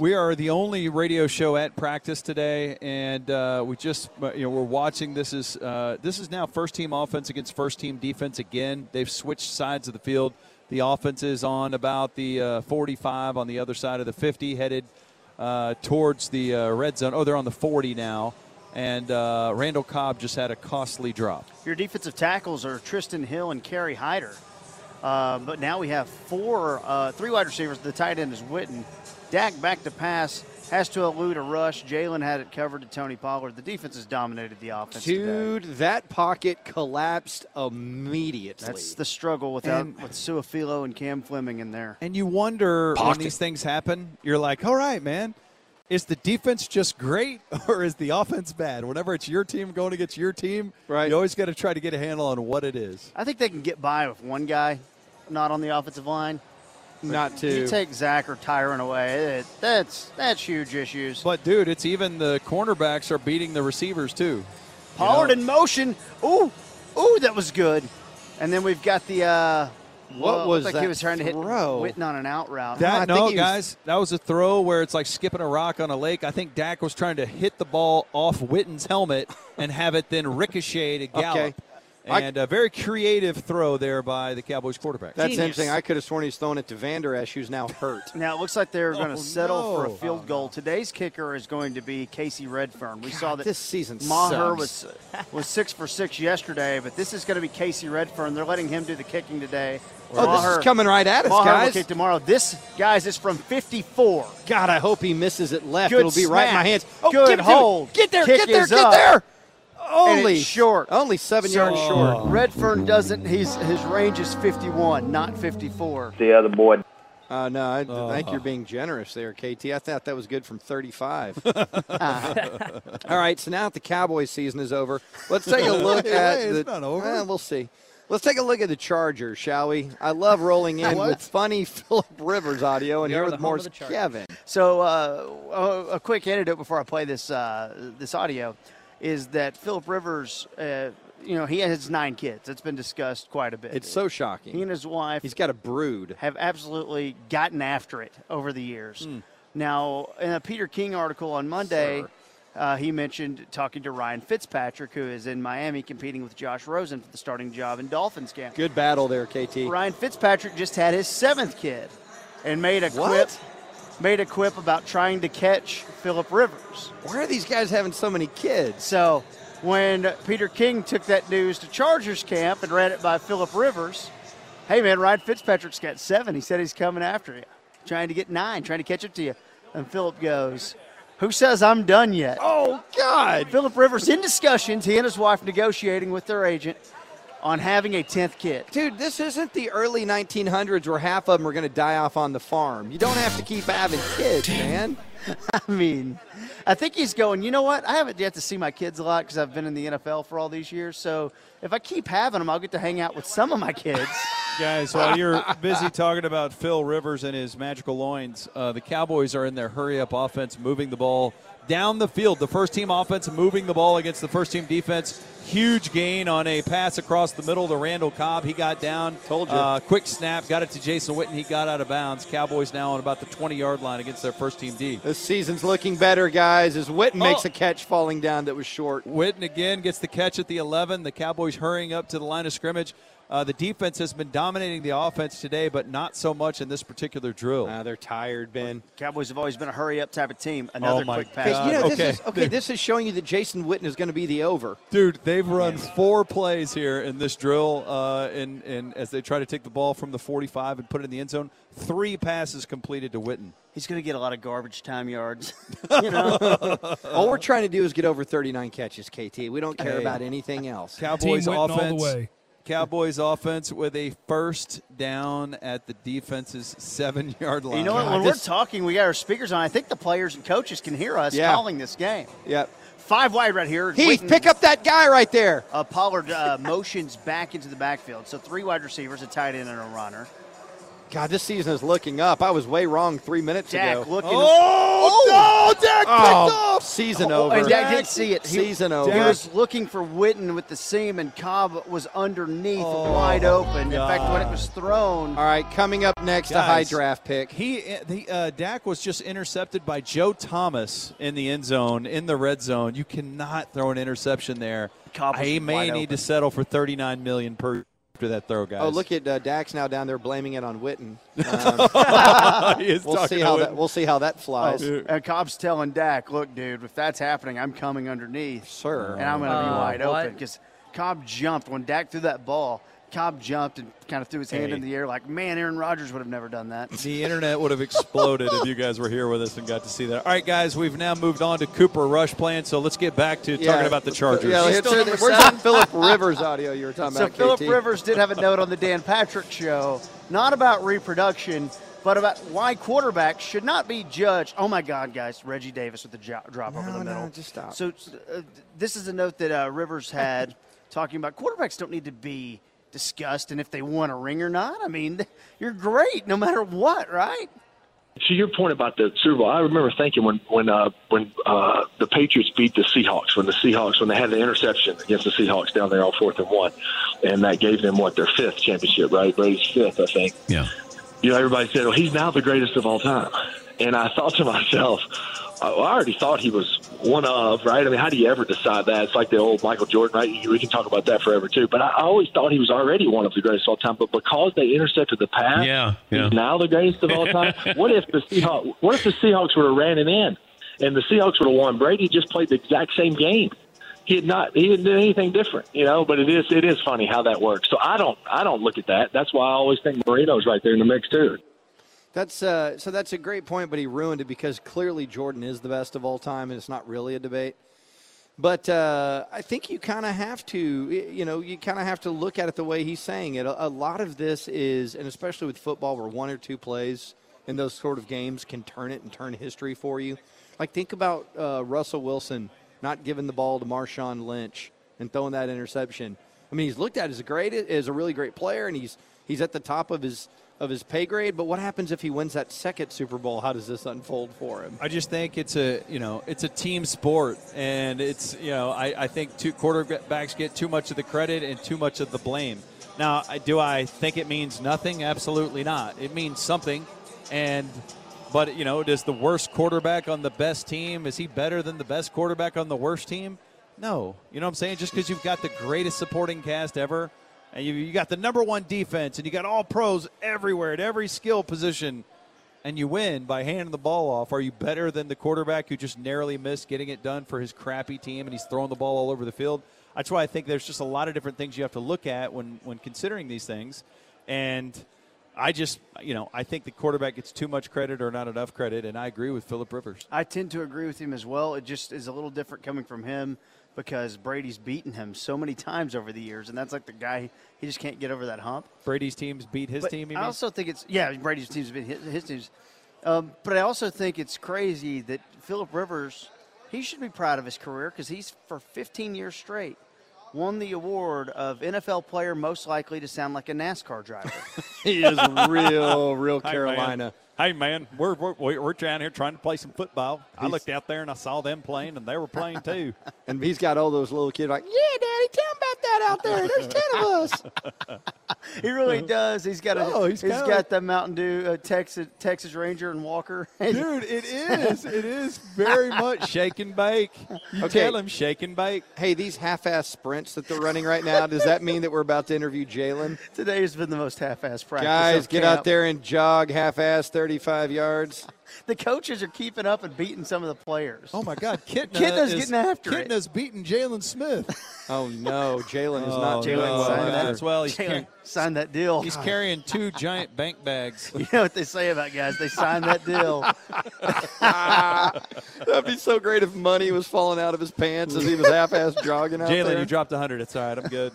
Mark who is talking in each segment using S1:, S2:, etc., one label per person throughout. S1: We are the only radio show at practice today, and uh, we just you know we're watching. This is uh, this is now first team offense against first team defense again. They've switched sides of the field. The offense is on about the uh, 45 on the other side of the 50, headed uh, towards the red zone. Oh, they're on the 40 now and uh, Randall Cobb just had a costly drop.
S2: Your defensive tackles are Tristan Hill and Kerry Hyder. Uh, but now we have four, uh, three wide receivers. The tight end is Witten. Dak back to pass has to elude a rush. Jalen had it covered to Tony Pollard. The defense has dominated the offense.
S3: Dude,
S2: today.
S3: that pocket collapsed immediately.
S2: That's the struggle without and, with Suafilo and Cam Fleming in there.
S1: And you wonder pocket. when these things happen. You're like, all right, man is the defense just great or is the offense bad? Whenever it's your team going against your team, right. you always got to try to get a handle on what it is.
S2: I think they can get by with one guy not on the offensive line.
S3: Not two.
S2: You take Zach or Tyron away, it, that's that's huge issues.
S1: But dude, it's even the cornerbacks are beating the receivers too.
S2: Pollard you know? in motion. Ooh, ooh, that was good. And then we've got the uh,
S3: what well, was
S2: like
S3: that?
S2: He was trying to hit
S3: throw?
S2: Witten on an out
S3: Ah,
S2: route.
S1: That, no, no guys, was... that was a throw where it's like skipping a rock on a lake. I think Dak was trying to hit the ball off Witten's helmet and have it then ricochet to Gallup. Okay. And I... a very creative throw there by the Cowboys quarterback.
S3: That's Genius. interesting. I could have sworn he's throwing it to Vander Esch, who's now hurt.
S2: now it looks like they're going to oh, settle no. for a field oh, goal. No. Today's kicker is going to be Casey Redfern. We God, saw that
S3: this season
S2: Maher
S3: sucks.
S2: was was six for six yesterday, but this is going to be Casey Redfern. They're letting him do the kicking today.
S3: Oh, Maher, this is coming right at us,
S2: Maher
S3: guys.
S2: Will tomorrow. This, guys, is from 54.
S3: God, I hope he misses it left. Good It'll be smack. right in my hands. Oh,
S2: Good
S3: get
S2: hold.
S3: Get there, Kick get there, get
S2: up.
S3: there. Only
S2: short.
S3: Only seven
S2: so
S3: yards short.
S2: Oh. Redfern doesn't. He's his range is 51, not 54.
S4: The other boy.
S3: Uh, no, I
S1: Oh.
S3: uh. think you're being generous there, KT. I thought that was good from 35. All right, so now that the Cowboys season is over, let's take a look
S1: hey,
S3: at
S1: hey,
S3: the.
S1: It's not over. Eh,
S3: we'll see. Let's take a look at the Chargers, shall we? I love rolling in with funny Philip Rivers audio, and
S5: we
S3: here with more Kevin.
S2: So, uh, a quick anecdote before I play this uh, this audio is that Philip Rivers, uh, you know, he has nine kids. It's been discussed quite a bit.
S3: It's so shocking.
S2: He and his wife,
S3: he's got a brood,
S2: have absolutely gotten after it over the years.
S3: Hmm.
S2: Mm. Now, in a Peter King article on Monday. Uh, he mentioned talking to Ryan Fitzpatrick, who is in Miami competing with Josh Rosen for the starting job in Dolphins camp.
S3: Good battle there, KT.
S2: Ryan Fitzpatrick just had his seventh kid, and made a
S3: what?
S2: quip, made a quip about trying to catch Philip Rivers.
S3: Why are these guys having so many kids?
S2: So, when Peter King took that news to Chargers camp and ran it by Philip Rivers, hey man, Ryan Fitzpatrick's got seven. He said he's coming after you, trying to get nine, trying to catch up to you. And Philip goes. Who says I'm done yet?
S3: Oh, God.
S2: Philip Rivers in discussions, he and his wife negotiating with their agent on having a 10th kid.
S3: Dude, this isn't the early 1900s where half of them are going to die off on the farm. You don't have to keep having kids, man.
S2: I mean, I think he's going, you know what? I haven't yet to see my kids a lot because I've been in the NFL for all these years. So if I keep having them, I'll get to hang out with some of my kids.
S1: Guys, while you're busy talking about Phil Rivers and his magical loins, uh, the Cowboys are in their hurry up offense, moving the ball down the field. The first team offense moving the ball against the first team defense. Huge gain on a pass across the middle to Randall Cobb. He got down.
S3: Told you.
S1: Uh, quick snap, got it to Jason Witten. He got out of bounds. Cowboys now on about the 20 yard line against their first team D.
S3: This season's looking better, guys, as Witten oh. makes a catch falling down that was short.
S1: Witten again gets the catch at the 11. The Cowboys hurrying up to the line of scrimmage. Uh, the defense has been dominating the offense today, but not so much in this particular drill.
S3: Uh, they're tired, Ben.
S2: Cowboys have always been a hurry up type of team. Another
S1: oh
S2: quick pass.
S3: You know,
S1: okay,
S3: this is, okay this is showing you that Jason Witten is going to be the over.
S1: Dude, they've run four plays here in this drill, uh, and, and as they try to take the ball from the 45 and put it in the end zone, three passes completed to Witten.
S2: He's going to get a lot of garbage time yards. you know?
S3: all
S2: Uh-huh.
S3: we're trying to do is get over 39 catches, KT. We don't care hey. about anything else.
S1: Cowboys
S6: Team Witten
S1: offense.
S6: All the way
S1: Cowboys offense with a first down at the defense's seven yard line.
S2: You know what? When
S1: This-
S2: we're talking, we got our speakers on. I think the players and coaches can hear us
S3: Yeah.
S2: calling this game.
S3: Yep.
S2: Five wide right here.
S3: Heath,
S2: Witten-
S3: pick up that guy right there.
S2: Uh, Pollard uh, motions back into the backfield. So three wide receivers, a tight end, and a runner.
S3: God, this season is looking up. I was way wrong three minutes
S2: Dak
S3: ago.
S2: looking.
S1: Oh, no, Dak picked
S3: Oh,
S1: off.
S3: season
S2: Oh,
S3: over.
S2: and Dak didn't see it. He-
S3: Season
S2: he
S3: over.
S2: was looking for Witten with the seam, and Cobb was underneath,
S3: Oh,
S2: wide open. In fact, when it was thrown,
S3: All right, coming up next, a
S1: Guys.
S3: high draft pick.
S1: He the uh, Dak was just intercepted by Joe Thomas in the end zone in the red zone. You cannot throw an interception there.
S2: Cobb was
S1: I may
S2: wide
S1: need
S2: open.
S1: to settle for 39 million per after that throw, guys.
S3: Oh, look at uh, Dax now down there blaming it on Witten. Um,
S1: He is
S3: we'll
S1: talking
S3: see how
S1: to Oh,
S3: that we'll see how that flies,
S2: and uh, Cobb's telling Dak, "Look, dude, if that's happening, I'm coming underneath."
S3: sir. Uh,
S2: and I'm going to be
S4: Oh,
S2: wide
S4: what?
S2: open because Cobb jumped when Dak threw that ball. Cobb jumped and kind of threw his hand
S1: Hey.
S2: in the air like, man, Aaron Rodgers would have never done that.
S1: The internet would have exploded if you guys were here with us and got to see that. All right, guys, we've now moved on to Cooper Rush plan, so let's get back to
S3: Yeah.
S1: talking about the Chargers.
S3: Yeah,
S4: He's
S3: it's-
S4: still number
S3: where's that
S4: seven?
S3: Philip Rivers audio you were talking
S2: So
S3: about?
S2: Philip
S3: KT?
S2: Rivers did have a note on the Dan Patrick show, not about reproduction, but about why quarterbacks should not be judged. Oh my God, guys, Reggie Davis with the jo- drop over
S3: No,
S2: the
S3: no,
S2: middle.
S3: just stop.
S2: So uh, this is a note that uh, Rivers had talking about quarterbacks don't need to be discussed and if they want a ring or not. I mean, you're great no matter what, right?
S5: To your point about the Super Bowl, I remember thinking when when uh, when uh, the Patriots beat the Seahawks, when the Seahawks when they had the interception against the Seahawks down there on fourth and one, and that gave them what their fifth championship, right? Brady's fifth, I think.
S6: Yeah.
S5: You know, everybody said, "Well, he's now the greatest of all time," and I thought to myself, I I already thought he was one of, right? I mean, how do you ever decide that? It's like the old Michael Jordan, right? We can talk about that forever too. But I I always thought he was already one of the greatest of all time. But because they intercepted the pass,
S6: Yeah, yeah.
S5: he's now the greatest of all time. what if the Seahawks? What if the Seahawks would have ran it in, and the Seahawks would have won? Brady just played the exact same game. He had not. He didn't do anything different, you know. But it is. It is funny how that works. So I don't. I don't look at that. That's why I always think Marino's right there in the mix too.
S3: That's uh, so that's a great point, but he ruined it because clearly Jordan is the best of all time, and it's not really a debate. But uh, I think you kind of have to, y- you know, you kind of have to look at it the way he's saying it. A, a lot of this is, and especially with football, where one or two plays in those sort of games can turn it and turn history for you. Like think about uh, Russell Wilson not giving the ball to Marshawn Lynch and throwing that interception. I mean, he's looked at as a great, as a really great player, and he's he's at the top of his of his pay grade. But what happens if he wins that second Super Bowl? How does this unfold for him?
S1: I just think it's a you know it's a team sport, and it's you know I, I think two quarterbacks get too much of the credit and too much of the blame. Now, I- do I think it means nothing? Absolutely not. It means something, and but you know, does the worst quarterback on the best team is he better than the best quarterback on the worst team? No, you know what I'm saying. Just because you've got the greatest supporting cast ever, and you, you got the number one defense, and you got all pros everywhere at every skill position and you win by handing the ball off, are you better than the quarterback who just narrowly missed getting it done for his crappy team and he's throwing the ball all over the field? That's why I think there's just a lot of different things you have to look at when, when considering these things. And I just, you know, I think the quarterback gets too much credit or not enough credit, and I agree with Philip Rivers.
S2: I tend to agree with him as well. It just is a little different coming from him because Brady's beaten him so many times over the years, and that's like the guy he just can't get over that hump.
S1: Brady's teams beat his
S2: But
S1: team. You
S2: I
S1: mean?
S2: also think it's yeah, Brady's team's been his, his team's, um, but I also think it's crazy that Philip Rivers, he should be proud of his career because he's for 15 years straight won the award of NFL player most likely to sound like a NASCAR driver.
S3: He is real, real Carolina.
S1: Hey man, we're, we're we're down here trying to play some football. I looked out there and I saw them playing, and they were playing too.
S3: And he's got all those little kids like, yeah, daddy, tell him about that out there. There's 10 of us.
S2: he really does. He's got a,
S1: Oh, he's
S2: he's
S1: kinda like-
S2: got the Mountain Dew uh, Texas Texas Ranger and Walker.
S1: Dude, it is. It is very much shake and bake. You
S3: Okay.
S1: tell him shake and bake.
S3: hey, these half ass sprints that they're running right now, does that mean that we're about to interview Jalen?
S2: Today has been the most half-assed practice.
S3: Guys,
S2: of
S3: get out
S2: camp.
S3: there and jog half ass 35 yards.
S2: The coaches are keeping up and beating some of the players.
S1: Oh my God, Kitna
S2: Kitna's
S1: is,
S2: getting after it.
S1: Kitna's beating Jalen Smith.
S3: Oh, no. Jalen is not
S2: Jalen
S3: doing well
S2: signed that.
S3: either.
S1: as Oh, well. He's,
S2: Jalen
S1: carrying,
S2: signed that deal.
S1: he's carrying two giant bank bags.
S2: you know what they say about guys? They signed that deal.
S3: That'd be so great if money was falling out of his pants as he was half ass jogging out
S1: Jalen,
S3: there.
S1: you dropped 100. It's all right. I'm good.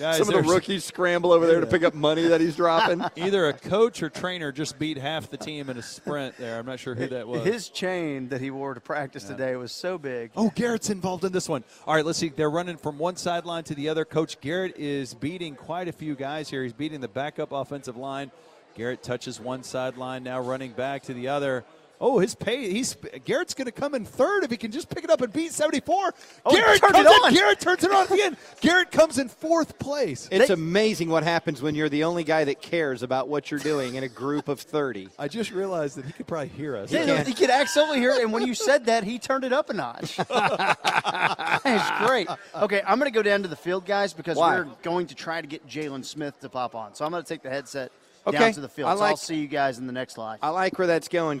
S1: Guys,
S3: Some of the
S1: there's-
S3: rookies scramble over there to pick up money that he's dropping.
S1: Either a coach or trainer just beat half the team in a sprint there. I'm not sure who that was.
S2: His chain that he wore to practice today was so big.
S1: Oh, Garrett's involved in this one. All right, let's see. They're running from one sideline to the other. Coach Garrett is beating quite a few guys here. He's beating the backup offensive line. Garrett touches one sideline, now running back to the other. Oh, his pay. He's Garrett's going to come in third if he can just pick it up and beat 74.
S2: Oh, he
S1: Garrett
S2: turned
S1: comes
S2: it
S1: in.
S2: on.
S1: Garrett turns it on again. Garrett comes in fourth place.
S3: It's amazing what happens when you're the only guy that cares about what you're doing in a group of 30.
S1: I just realized that he could probably hear us.
S2: Yeah,
S3: can't.
S2: he could accidentally hear it, and when you said that, he turned it up a notch. That's great. Okay, I'm going to go down to the field, guys, because
S3: Why?
S2: we're going to try to get Jalen Smith to pop on. So I'm going to take the headset
S3: Okay,
S2: down to the field.
S3: I
S2: so I'll
S3: like-
S2: see you guys in the next live.
S3: I like where that's going.